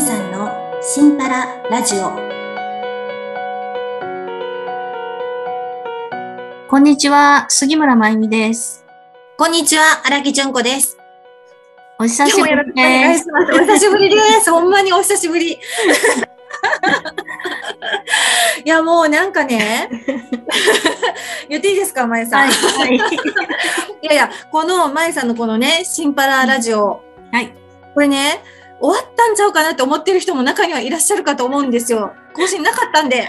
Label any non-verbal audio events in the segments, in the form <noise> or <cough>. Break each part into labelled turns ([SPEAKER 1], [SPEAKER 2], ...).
[SPEAKER 1] さんのシンパララジオ。
[SPEAKER 2] こんにちは、杉村まゆみです。
[SPEAKER 1] こんにちは、荒木純子です。
[SPEAKER 2] お久しぶり
[SPEAKER 1] お願い
[SPEAKER 2] で
[SPEAKER 1] します。お久しぶりです。ほんまにお久し <laughs> ぶり。いや、もうなんかね、 <laughs> 言っていいですか、まえ
[SPEAKER 2] す。
[SPEAKER 1] さん。い、
[SPEAKER 2] はい、はい
[SPEAKER 1] やいや、このまえさんのこのね、シンパララジオ。
[SPEAKER 2] はい。
[SPEAKER 1] これね、終わったんちゃうかなって思ってる人も中にはいらっしゃるかと思うんですよ。更新なかったん <laughs> で。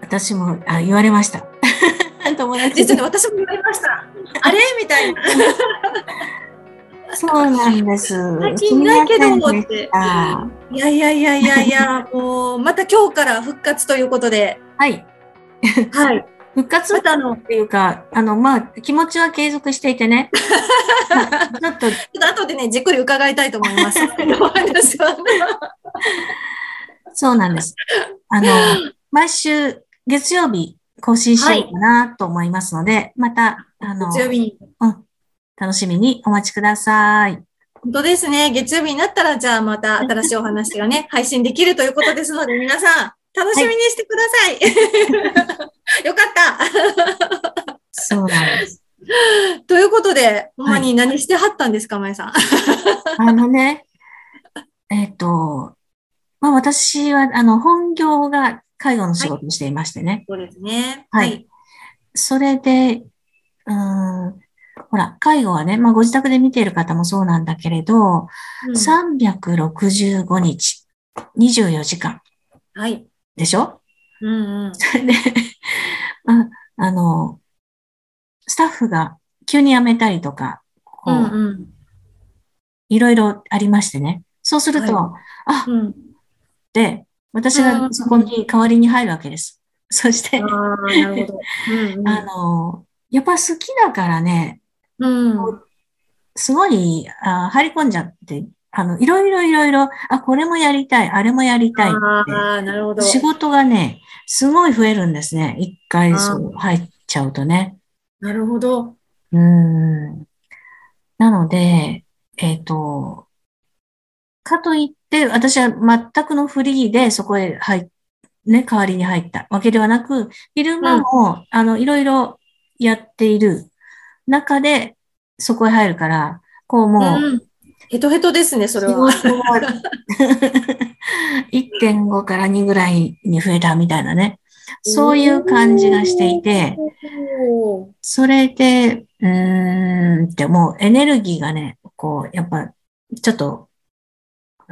[SPEAKER 2] 私もあ言われました。 <laughs> 友達
[SPEAKER 1] 実
[SPEAKER 2] に
[SPEAKER 1] は私も言われま <laughs> した。あれみたいな。
[SPEAKER 2] そうなんです。
[SPEAKER 1] 最近ないけど
[SPEAKER 2] すみませ
[SPEAKER 1] っ
[SPEAKER 2] んで
[SPEAKER 1] て
[SPEAKER 2] し。た
[SPEAKER 1] いやいやいやいやい <laughs> や、もう、また今日から復活ということで、
[SPEAKER 2] はい、
[SPEAKER 1] はい。
[SPEAKER 2] 復活
[SPEAKER 1] ま
[SPEAKER 2] った
[SPEAKER 1] あの、ちょ
[SPEAKER 2] ていうか、あの、まあ、気持ちは継続してい
[SPEAKER 1] <laughs>
[SPEAKER 2] てね。まあちょっと、
[SPEAKER 1] っと後でね、じっくり伺いたいと思い <laughs> ます。お話は
[SPEAKER 2] そうなんです。あの、毎週月曜日更新しようかなと思いますので、また、あの、
[SPEAKER 1] 月曜日に。
[SPEAKER 2] うん、楽しみにお待ちください。
[SPEAKER 1] 本当ですね。月曜日になったら、じゃあまた新しいお話が <laughs> ね、配信できるということですので、皆さん、楽しみにしてください。 <laughs> よかっ
[SPEAKER 2] そうなんです。
[SPEAKER 1] た。ということで、ほんまに何してはったんですか、まえさん。
[SPEAKER 2] あのね、えっと、まあ私は、あの、本業が介護の仕事をしていましてね。
[SPEAKER 1] そうですね。
[SPEAKER 2] はい。。それで、うーん、ほら、介護はね、まあご自宅で見ている方もそうなんだけれど、
[SPEAKER 1] うん
[SPEAKER 2] 365日、24時間
[SPEAKER 1] はい。
[SPEAKER 2] でしょ <laughs>
[SPEAKER 1] うんうん。
[SPEAKER 2] で、ああの、スタッフが急に辞めたりとか、こ
[SPEAKER 1] う
[SPEAKER 2] う、
[SPEAKER 1] んうん。
[SPEAKER 2] いろいろありましてね。そうすると、
[SPEAKER 1] は
[SPEAKER 2] あ、
[SPEAKER 1] うん
[SPEAKER 2] で、私
[SPEAKER 1] う
[SPEAKER 2] が
[SPEAKER 1] ん
[SPEAKER 2] そこに代わりに入るわけです。 <laughs> そして、
[SPEAKER 1] ああ、
[SPEAKER 2] あ
[SPEAKER 1] なるほど。うんうん
[SPEAKER 2] の、やっぱ好きだからね、
[SPEAKER 1] うん
[SPEAKER 2] すごい、あ張り込んじゃって、あの、いろいろいろいろ、あ、これもやりたい、あれもやりたいっ
[SPEAKER 1] ああ、なるほ
[SPEAKER 2] て、
[SPEAKER 1] ど。
[SPEAKER 2] 仕事がね、すごい増えるんですね。一回
[SPEAKER 1] あー
[SPEAKER 2] そう入っちゃうとね。
[SPEAKER 1] なるほど。
[SPEAKER 2] うん。なので、えっ、と、かといって、私は全くのフリーでそこへ入っ、ね、代わりに入ったわけではなく、昼間も、あの、いろいろやっている中で、そこへ入るから、こうもう、
[SPEAKER 1] ん。ヘトヘトですね、それ
[SPEAKER 2] 仕
[SPEAKER 1] は。
[SPEAKER 2] 事 <laughs> が1.5から2ぐらいに増えたみたいなね、そういう感じがしていて、
[SPEAKER 1] おー。
[SPEAKER 2] それで、うーんってもうエネルギーがね、こう、やっぱ、ちょっと、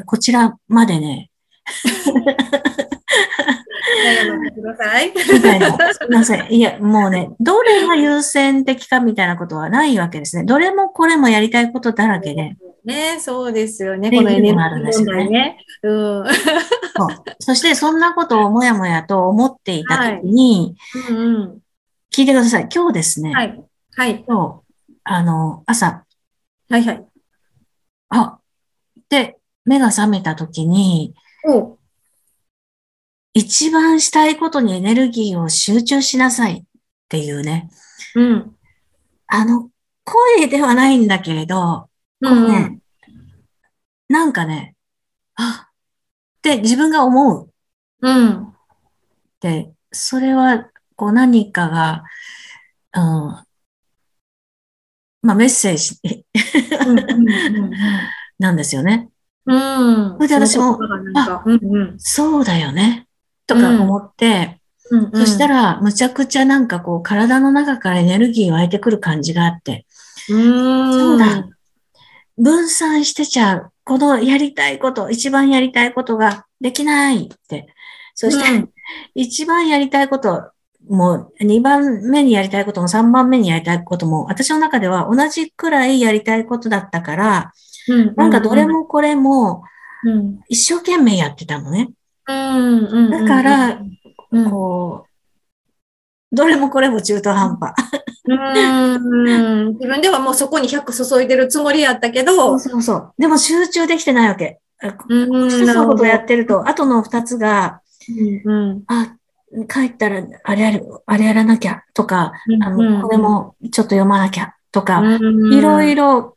[SPEAKER 2] こちらまでね、
[SPEAKER 1] 悩ませてください。
[SPEAKER 2] みたいな、すいません。いや、もうね、どれが優先的かみたいなことはないわけですね。どれもこれもやりたいことだらけで、
[SPEAKER 1] <laughs> ね、そうですよね、
[SPEAKER 2] ってい
[SPEAKER 1] こ
[SPEAKER 2] う
[SPEAKER 1] のエネルギ
[SPEAKER 2] のがあるん
[SPEAKER 1] ー
[SPEAKER 2] です
[SPEAKER 1] 問
[SPEAKER 2] よ
[SPEAKER 1] 題
[SPEAKER 2] ね
[SPEAKER 1] ね。うん。うん
[SPEAKER 2] そうそしてそんなことをもやもやと思っていたときに、
[SPEAKER 1] うん。
[SPEAKER 2] 聞いてください。今日ですね、
[SPEAKER 1] はい。はい。
[SPEAKER 2] 今日、あの、朝、
[SPEAKER 1] はいはい。
[SPEAKER 2] あ、で、目が覚めたときに、
[SPEAKER 1] お
[SPEAKER 2] 一番したいことにエネルギーを集中しなさいっていうね。
[SPEAKER 1] うん。
[SPEAKER 2] あの、声ではないんだけれど、
[SPEAKER 1] う
[SPEAKER 2] こうん
[SPEAKER 1] う
[SPEAKER 2] ね
[SPEAKER 1] ん。
[SPEAKER 2] なんかね、あって自分が思うっ
[SPEAKER 1] うん。
[SPEAKER 2] て、それは、こう何かが、うん、まあメッセージ <laughs>
[SPEAKER 1] うんうん
[SPEAKER 2] なんですよね。
[SPEAKER 1] うん。うん。
[SPEAKER 2] それで私も
[SPEAKER 1] その言葉がなんか、うんうん。
[SPEAKER 2] そうだよね。とか思って、
[SPEAKER 1] うんうん。
[SPEAKER 2] そした、ら、むちゃくちゃなんかこう体の中からエネルギー湧いてくる感じがあって、
[SPEAKER 1] うん。
[SPEAKER 2] そうだ。分散してちゃう。このやりたいこと、一番やりたいことができないって。そして、
[SPEAKER 1] うん
[SPEAKER 2] 一番やりたいことも、二番目にやりたいことも、三番目にやりたいことも、私の中では同じくらいやりたいことだったから、
[SPEAKER 1] うん。
[SPEAKER 2] なんかどれもこれも
[SPEAKER 1] うん。
[SPEAKER 2] 一生懸命やってたのね。
[SPEAKER 1] うん。うん。うん
[SPEAKER 2] だから、
[SPEAKER 1] うん。
[SPEAKER 2] こう、どれもこれも中途半端。
[SPEAKER 1] うーん自分ではもうそこに100注いでるつもりやったけど、
[SPEAKER 2] そう
[SPEAKER 1] う
[SPEAKER 2] そうそう。でも集中できてないわけ。
[SPEAKER 1] ーん
[SPEAKER 2] 一つのことをや
[SPEAKER 1] なる
[SPEAKER 2] ってると、後の二つ
[SPEAKER 1] ほど
[SPEAKER 2] が
[SPEAKER 1] うん
[SPEAKER 2] あ、帰ったら、あれやる、あれやらなきゃとか、あ
[SPEAKER 1] うんうん
[SPEAKER 2] の、これもちょっと読まなきゃとか、
[SPEAKER 1] うん、
[SPEAKER 2] いろい
[SPEAKER 1] ろ。
[SPEAKER 2] ろ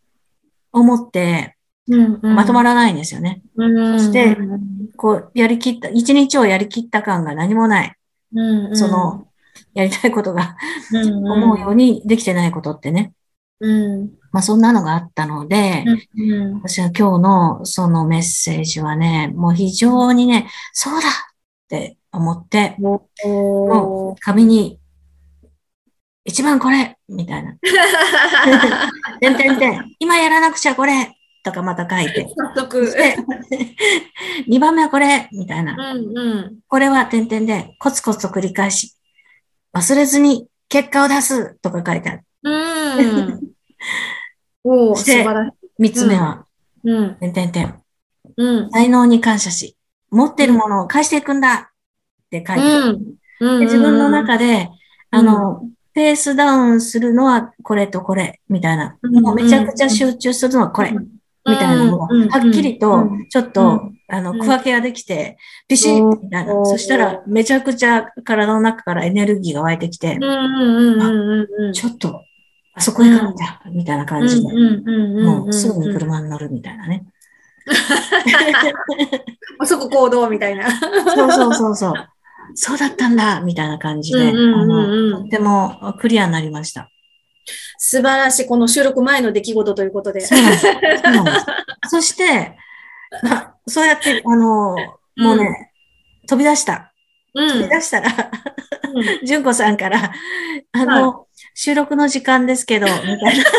[SPEAKER 2] 思って、
[SPEAKER 1] うんうん
[SPEAKER 2] まとまらないんですよね。
[SPEAKER 1] うん
[SPEAKER 2] そして
[SPEAKER 1] うん
[SPEAKER 2] こう、やりきった、一日をやりきった感が何もない。
[SPEAKER 1] うん
[SPEAKER 2] その、やりたいことが
[SPEAKER 1] うんうん
[SPEAKER 2] 思うようにできてないことってね。
[SPEAKER 1] うん
[SPEAKER 2] まあ、そんなのがあったので、
[SPEAKER 1] うん
[SPEAKER 2] 私は今日のそのメッセージはね、もう非常にね、そうだって思って、
[SPEAKER 1] おー
[SPEAKER 2] 紙に、一番これみたいな。てんてんてん。今やらなくちゃこれとかまた書いて。
[SPEAKER 1] 早速。
[SPEAKER 2] 2番目はこれみたいな。
[SPEAKER 1] うんうん。
[SPEAKER 2] これは点々で、コツコツと繰り返し、忘れずに結果を出すとか書いてある。
[SPEAKER 1] うん。おー
[SPEAKER 2] し
[SPEAKER 1] 素
[SPEAKER 2] て
[SPEAKER 1] 晴らしい。
[SPEAKER 2] 3つ目は、
[SPEAKER 1] うん
[SPEAKER 2] 点々点。
[SPEAKER 1] うん。
[SPEAKER 2] 才能に感謝し、持ってるものを返していくんだって書いてある。
[SPEAKER 1] うん
[SPEAKER 2] で自分の中で、あの、
[SPEAKER 1] う
[SPEAKER 2] ペースダウンするのはこれとこれ、みたいな。
[SPEAKER 1] うん
[SPEAKER 2] もうめちゃくちゃ集中するのはこれ、
[SPEAKER 1] う
[SPEAKER 2] み
[SPEAKER 1] ん
[SPEAKER 2] たいなのが、
[SPEAKER 1] うん
[SPEAKER 2] はっきりと
[SPEAKER 1] うん、
[SPEAKER 2] ちょっ
[SPEAKER 1] う
[SPEAKER 2] と、あの、
[SPEAKER 1] うん
[SPEAKER 2] 区分けができて、ピシッ、みたいな。
[SPEAKER 1] おー
[SPEAKER 2] そしたら、めちゃくちゃ体の中からエネルギーが湧いてきて
[SPEAKER 1] うん、うんうんうんうん。
[SPEAKER 2] ちょっと、あそこへ行かなきゃ、みたいな感じで
[SPEAKER 1] う。んうんうんうんうん
[SPEAKER 2] もうすぐに車に乗るみたいなね。
[SPEAKER 1] あそこ行動みたいな。
[SPEAKER 2] そうそうそうそう。 <laughs> そうだったんだみたいな感じで、あ
[SPEAKER 1] うんうんうんうん
[SPEAKER 2] のとってもクリアになりました。
[SPEAKER 1] 素晴らしい、この収録前の出来事ということで。
[SPEAKER 2] そうなんです。そうなんです。そして、まあ、そうやって、あの、もうね、飛び出した。
[SPEAKER 1] うん
[SPEAKER 2] 飛び出したら、
[SPEAKER 1] うん
[SPEAKER 2] 純子さんから、あの、収録の時間ですけど、みたいな
[SPEAKER 1] そうそうそうそ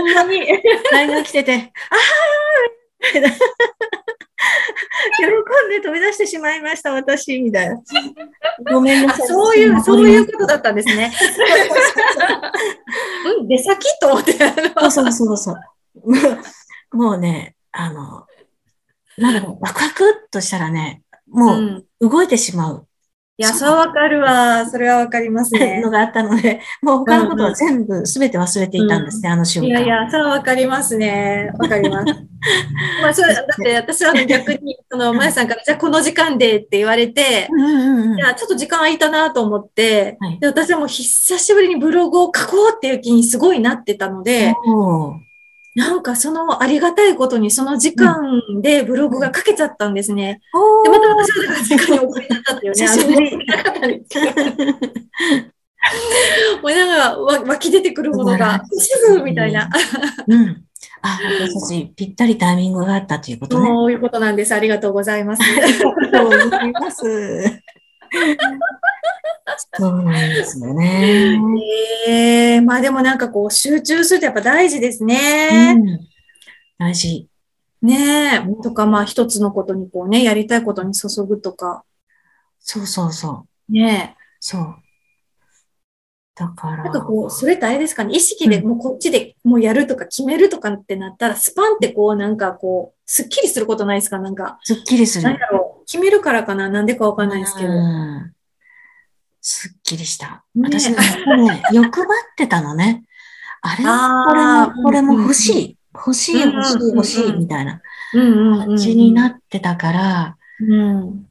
[SPEAKER 1] う、ほんまに。
[SPEAKER 2] LINE が来てて、 <laughs> ああ喜んで飛び出してしまいました、私、みたいな。ごめんな
[SPEAKER 1] あ
[SPEAKER 2] さい。
[SPEAKER 1] そういう、そういうことだったんですね。うん、出先と思って。
[SPEAKER 2] そうそうそうそう。もう <laughs> もうね、あの、なんだろう、ワクワクっとしたらね、もう
[SPEAKER 1] うん
[SPEAKER 2] う動いてしまう
[SPEAKER 1] いや、そうわかるわ。それはわかりますね
[SPEAKER 2] の。があったので、もう他のことは全部、すべて忘れていたんですね、あの瞬
[SPEAKER 1] い
[SPEAKER 2] 間。
[SPEAKER 1] やいや、それはわかりますね。わかります。まあ、そうだって私は逆に、その、まやさんから、じゃあこの時間でって言われて、
[SPEAKER 2] うんうんうん
[SPEAKER 1] いや、ちょっと時間空いたなと思って、
[SPEAKER 2] はい
[SPEAKER 1] で私はもう久しぶりにブログを書こうっていう気にすごいなってたので、
[SPEAKER 2] おー
[SPEAKER 1] なんかそのありがたいことにその時間でブログが書けちゃったんですね。
[SPEAKER 2] お
[SPEAKER 1] で、また
[SPEAKER 2] ー
[SPEAKER 1] 私はだから時間に遅れちゃったっていう
[SPEAKER 2] <laughs>
[SPEAKER 1] ね。
[SPEAKER 2] 久しぶり
[SPEAKER 1] あのなかったんですけどもうなんかわ湧き出てくるもの
[SPEAKER 2] <laughs>
[SPEAKER 1] が、すぐみたいな。
[SPEAKER 2] うん。あ、私たちぴったりタイミングがあったということね。
[SPEAKER 1] そういうことなんです。ありがとうございます。
[SPEAKER 2] ありがとうございます。そうなんですよね。
[SPEAKER 1] ええまあでもなんかこう集中するってやっぱ大事です
[SPEAKER 2] う
[SPEAKER 1] ね。
[SPEAKER 2] ん、大事。
[SPEAKER 1] ねえ。とかまあ一つのことにこうね、やりたいことに注ぐとか。
[SPEAKER 2] そうそうそう。
[SPEAKER 1] ねえ。
[SPEAKER 2] そう。だから。
[SPEAKER 1] なんかこう、それってあれですかね、意識でもうこっちでもうやるとか決めるとかってなったら、スパンってこうなんかこう、すっきりすることないですかなんか、
[SPEAKER 2] すっきりする。
[SPEAKER 1] なんだろう、決めるからかな、なんでかわかんないですけど。
[SPEAKER 2] うんすっきりした。
[SPEAKER 1] ね
[SPEAKER 2] 私ね、やっぱりね、欲張ってた
[SPEAKER 1] <laughs>
[SPEAKER 2] のね。あれ
[SPEAKER 1] あー
[SPEAKER 2] これも、これも欲しい。欲しい、
[SPEAKER 1] うん
[SPEAKER 2] 欲しい、欲しい、みたいな
[SPEAKER 1] うんうんうん。
[SPEAKER 2] 感じになってたから、
[SPEAKER 1] うん。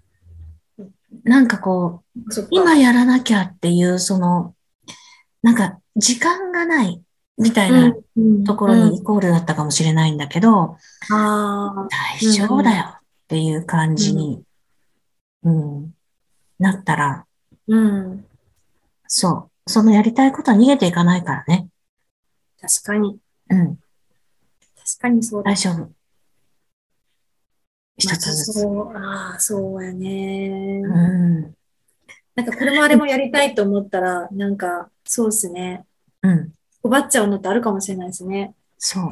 [SPEAKER 2] なんかこう、
[SPEAKER 1] そっか。
[SPEAKER 2] 今やらなきゃっていう、その、なんか、時間がない、みたいな
[SPEAKER 1] うん
[SPEAKER 2] ところにイコールだったかもしれないんだけど、
[SPEAKER 1] うんあ
[SPEAKER 2] 大丈夫だよっていう感じに、うん、なったら、
[SPEAKER 1] あ、うん。
[SPEAKER 2] そう、そのやりたいことは逃げていかないからね。
[SPEAKER 1] 確かに。
[SPEAKER 2] うん、
[SPEAKER 1] 確かにそうだ。
[SPEAKER 2] 大丈夫。一つず
[SPEAKER 1] またそ
[SPEAKER 2] つ。
[SPEAKER 1] う、ああ、そうやね。
[SPEAKER 2] うん、
[SPEAKER 1] なんかこれもあれもやりたいと思ったら、なんか、そうですね。
[SPEAKER 2] うん、
[SPEAKER 1] 奪っちゃうのってあるかもしれないですね。
[SPEAKER 2] そう。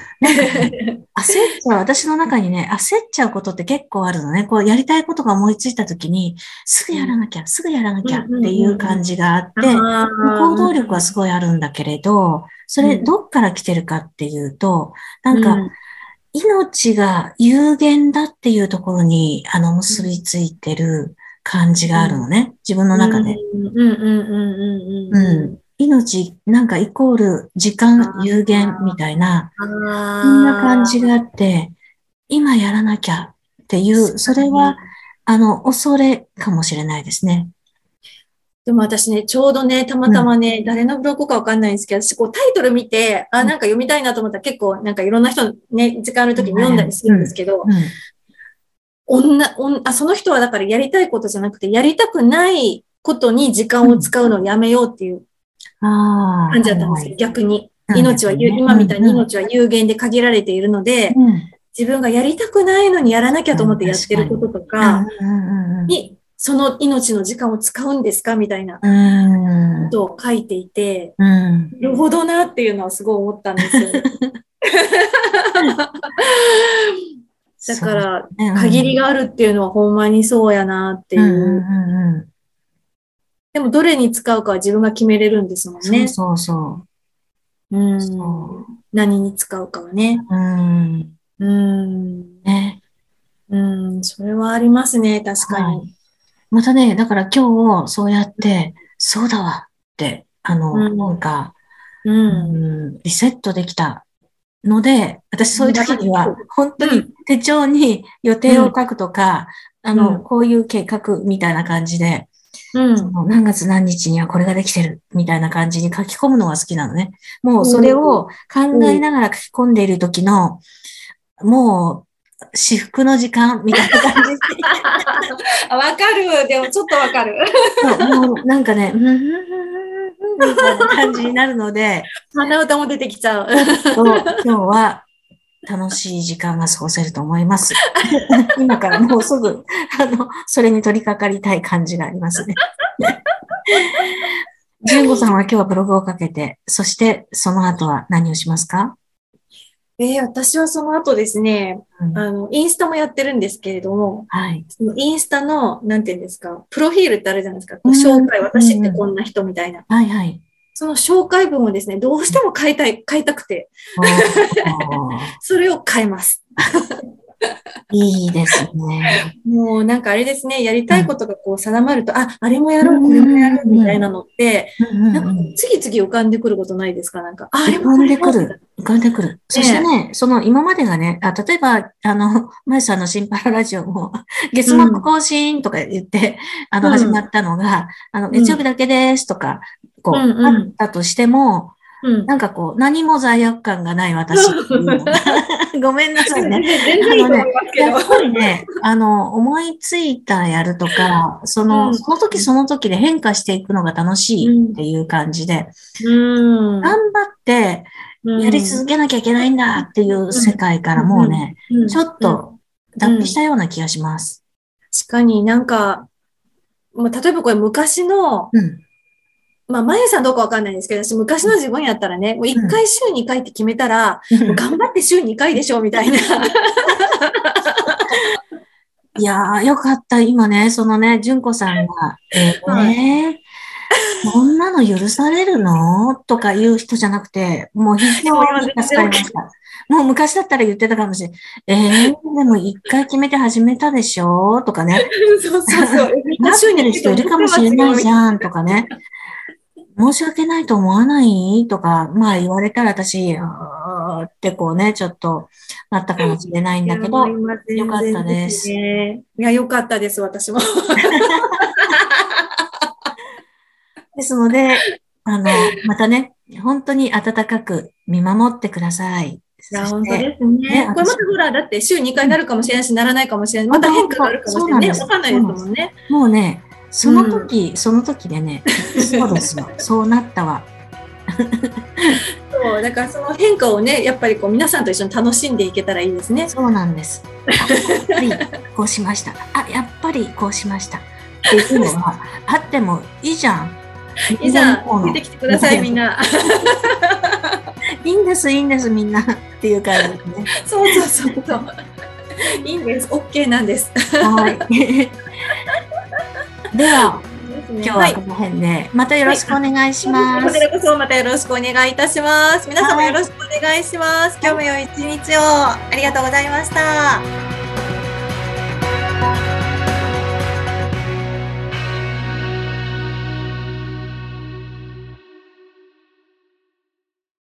[SPEAKER 2] <laughs> なんかね焦っちゃう、私の中にね、焦っちゃうことって結構あるのね。こう、やりたいことが思いついたときに、すぐやらなきゃ、すぐやらなきゃっていう感じがあって、
[SPEAKER 1] あ
[SPEAKER 2] 行動力は
[SPEAKER 1] は
[SPEAKER 2] すごいあるんだけれど、それ
[SPEAKER 1] うん
[SPEAKER 2] どっから来てるかっていうと、なんか、命が有限だっていうところに、あの、結びついてる感じがあるのね。自分の中で。
[SPEAKER 1] うんうんうんうんうん
[SPEAKER 2] うん。命、なんかイコール時間
[SPEAKER 1] あー
[SPEAKER 2] 有限みたいな、
[SPEAKER 1] うん。あ
[SPEAKER 2] そ
[SPEAKER 1] あ。
[SPEAKER 2] んな感じがあって、今やらなきゃっていう、それは、あの、恐れかもしれないですね。
[SPEAKER 1] でも私ね、ちょうどね、たまたまね、誰のブログかわかんないんですけど、私こうタイトル見て、あ、なんか読みたいなと思ったら結構なんかいろんな人ね、時間ある時に読んだりするんですけど、
[SPEAKER 2] うん。
[SPEAKER 1] 女、女あ、その人はだからやりたいことじゃなくて、やりたくないことに時間を使うのをやめようっていう
[SPEAKER 2] ああ。
[SPEAKER 1] 感じだったんですよ、逆に。
[SPEAKER 2] はいはい
[SPEAKER 1] 命は有、今みたいに命は有限で限られているので、
[SPEAKER 2] うん。うん
[SPEAKER 1] 自分がやりたくないのにやらなきゃと思ってやってることとか
[SPEAKER 2] うんうん
[SPEAKER 1] に、その命の時間を使うんですかみたいな
[SPEAKER 2] うん。
[SPEAKER 1] ことを書いていて、
[SPEAKER 2] うん。
[SPEAKER 1] なるほどなっていうのはすごい思ったんです <laughs> よ。だから、
[SPEAKER 2] ら
[SPEAKER 1] 限りがあるっていうのはほんまにそうやなってい
[SPEAKER 2] うんうん
[SPEAKER 1] う。
[SPEAKER 2] うんうん。
[SPEAKER 1] でも、どれに使うかは自分が決めれるんですもん
[SPEAKER 2] そう
[SPEAKER 1] ね。
[SPEAKER 2] そうそうう。
[SPEAKER 1] ん
[SPEAKER 2] そ
[SPEAKER 1] 何に使うかはね。
[SPEAKER 2] う。うん。
[SPEAKER 1] うん。
[SPEAKER 2] ね。
[SPEAKER 1] うん。それはありますね。確か
[SPEAKER 2] は
[SPEAKER 1] に。
[SPEAKER 2] い。またね、だから今日そうやって、そうだわって、あの、
[SPEAKER 1] うん
[SPEAKER 2] なんか、
[SPEAKER 1] う。
[SPEAKER 2] うんん、リセットできたので、私そういう時には、本当に手帳に予定を書くとか、あ
[SPEAKER 1] う
[SPEAKER 2] の、
[SPEAKER 1] ん
[SPEAKER 2] こういう計画みたいな感じで、
[SPEAKER 1] うん。
[SPEAKER 2] もう何月何日にはこれができてるみたいな感じに書き込むのが好きなのね。もうそれを考えながら書き込んでいる時の、もう、至福の時間みたいな感じで。
[SPEAKER 1] あわかる。でも、ちょっとわかる。
[SPEAKER 2] そうもうなんかね、うんうんうんうんみたいな感じになるので、
[SPEAKER 1] 鼻歌も出てきちゃう。
[SPEAKER 2] そう今日は楽しい時間が過ごせると思い <laughs> ます。今からもうすぐ、あの、それに取り掛かりたい感じがありますね。純子さんは今日はブログをかけて、そしてその後は何をしますか、
[SPEAKER 1] えー私はその後ですね、
[SPEAKER 2] うん
[SPEAKER 1] あの、インスタもやってるんですけれども、
[SPEAKER 2] はい。
[SPEAKER 1] そのインスタの、なんていうんですか、プロフィールってあるじゃないですか。こう
[SPEAKER 2] うん
[SPEAKER 1] 紹介、私ってこんな人みたいな。
[SPEAKER 2] はい <laughs> はい。
[SPEAKER 1] その紹介文をですね、どうしても変えたい、変えたくて、
[SPEAKER 2] おー
[SPEAKER 1] それを変えます。
[SPEAKER 2] いいですね。
[SPEAKER 1] もうなんかあれですね、やりたいことがこう定まると、あ、あれもやろう、これもやろう、みたいなのって、
[SPEAKER 2] うんうん
[SPEAKER 1] なん
[SPEAKER 2] う
[SPEAKER 1] か
[SPEAKER 2] ん
[SPEAKER 1] 次々浮かんでくることないですかなんか、あ、あれ
[SPEAKER 2] 浮
[SPEAKER 1] も
[SPEAKER 2] かん
[SPEAKER 1] や
[SPEAKER 2] で
[SPEAKER 1] ろ
[SPEAKER 2] く
[SPEAKER 1] う
[SPEAKER 2] る。浮かんでくる。そしてね、その今までがね、あ例えば、あの、 <laughs> まゆさんの新パララジオも、 <laughs> 月末更新とか言って、あの、
[SPEAKER 1] うん
[SPEAKER 2] 始まったのが、あの、
[SPEAKER 1] ん
[SPEAKER 2] 月曜日だけですとか、こう、
[SPEAKER 1] うんうん
[SPEAKER 2] あったとしても、
[SPEAKER 1] うん。
[SPEAKER 2] なんかこう、何も罪悪感がない私っていうのが。
[SPEAKER 1] <laughs>
[SPEAKER 2] ごめんなさいね。
[SPEAKER 1] 全然いいと思いますけど
[SPEAKER 2] や。っぱりね、あの、思いついたらやるとか、その、
[SPEAKER 1] うん
[SPEAKER 2] その時その時で変化していくのが楽しいっていう感じで、
[SPEAKER 1] うん
[SPEAKER 2] 頑張って、やり続けなきゃいけないんだっていう世界からもうね、
[SPEAKER 1] うん
[SPEAKER 2] ちょっと脱皮したような気がします。
[SPEAKER 1] 確かになんか、まあ、例えばこれ昔の、
[SPEAKER 2] うん。
[SPEAKER 1] まあ、まゆさんどうかわかんないんですけど、私昔の自分やったらね、もう1回週2回って決めたら、もう頑張って週2回でしょ、みたいな。
[SPEAKER 2] いやー、よかった。今ね、そのね、純子さんが、えー
[SPEAKER 1] はい
[SPEAKER 2] ねー、こんなの許されるのとか言う人じゃなくて、もう必要に助かりました。もう昔だったら言ってたかもしれない。えー、でも一回決めて始めたでしょとかね。
[SPEAKER 1] そうそうそう。みん
[SPEAKER 2] な
[SPEAKER 1] な
[SPEAKER 2] っ
[SPEAKER 1] 週
[SPEAKER 2] て
[SPEAKER 1] に
[SPEAKER 2] る人いるかもしれないじ
[SPEAKER 1] ん。
[SPEAKER 2] ゃんとか
[SPEAKER 1] <laughs>
[SPEAKER 2] ね。申し訳ないと思わないとか、まあ言われたら私、あーってこうね、ちょっとなったかもしれないんだけど、
[SPEAKER 1] よ
[SPEAKER 2] かったです
[SPEAKER 1] ね。いや、よかったです、私も。
[SPEAKER 2] ですので、あの、またね、本当に温かく見守ってください。
[SPEAKER 1] い
[SPEAKER 2] そ
[SPEAKER 1] や、
[SPEAKER 2] し
[SPEAKER 1] 本当
[SPEAKER 2] て、
[SPEAKER 1] ですね。
[SPEAKER 2] ね
[SPEAKER 1] これまたほら、だって週2回なるかもしれないし、ならないかもしれない。また変化があるかもしれないね。
[SPEAKER 2] そう
[SPEAKER 1] わか
[SPEAKER 2] なん
[SPEAKER 1] ん
[SPEAKER 2] で
[SPEAKER 1] な
[SPEAKER 2] す
[SPEAKER 1] いですもんね。
[SPEAKER 2] もうね、その時、その時でね、そうで
[SPEAKER 1] <laughs>
[SPEAKER 2] すよ。そうなったわ。
[SPEAKER 1] そう、だからその変化をね、やっぱりこう皆さんと一緒に楽しんでいけたらいいですね。
[SPEAKER 2] そうなんです。あやっぱりこうしました。あ、やっぱりこうしました。っていうの <laughs> は、あってもいいじゃん。
[SPEAKER 1] いざ
[SPEAKER 2] こう、の
[SPEAKER 1] 出てきてください、みんな。
[SPEAKER 2] いいんです、いいんです、みんな。っていう感じですね。
[SPEAKER 1] <laughs> そうそうそうそう。いいんです。OK なんです。
[SPEAKER 2] <laughs> はい。で
[SPEAKER 1] <laughs>
[SPEAKER 2] は、
[SPEAKER 1] 今
[SPEAKER 2] 今日はこの辺で、またよろしくお願いしま
[SPEAKER 1] こ
[SPEAKER 2] す
[SPEAKER 1] ち。らこそまたよろしくお願いいたします。皆様よろしくお願いします。今日も良い一日を。ありがとうございました。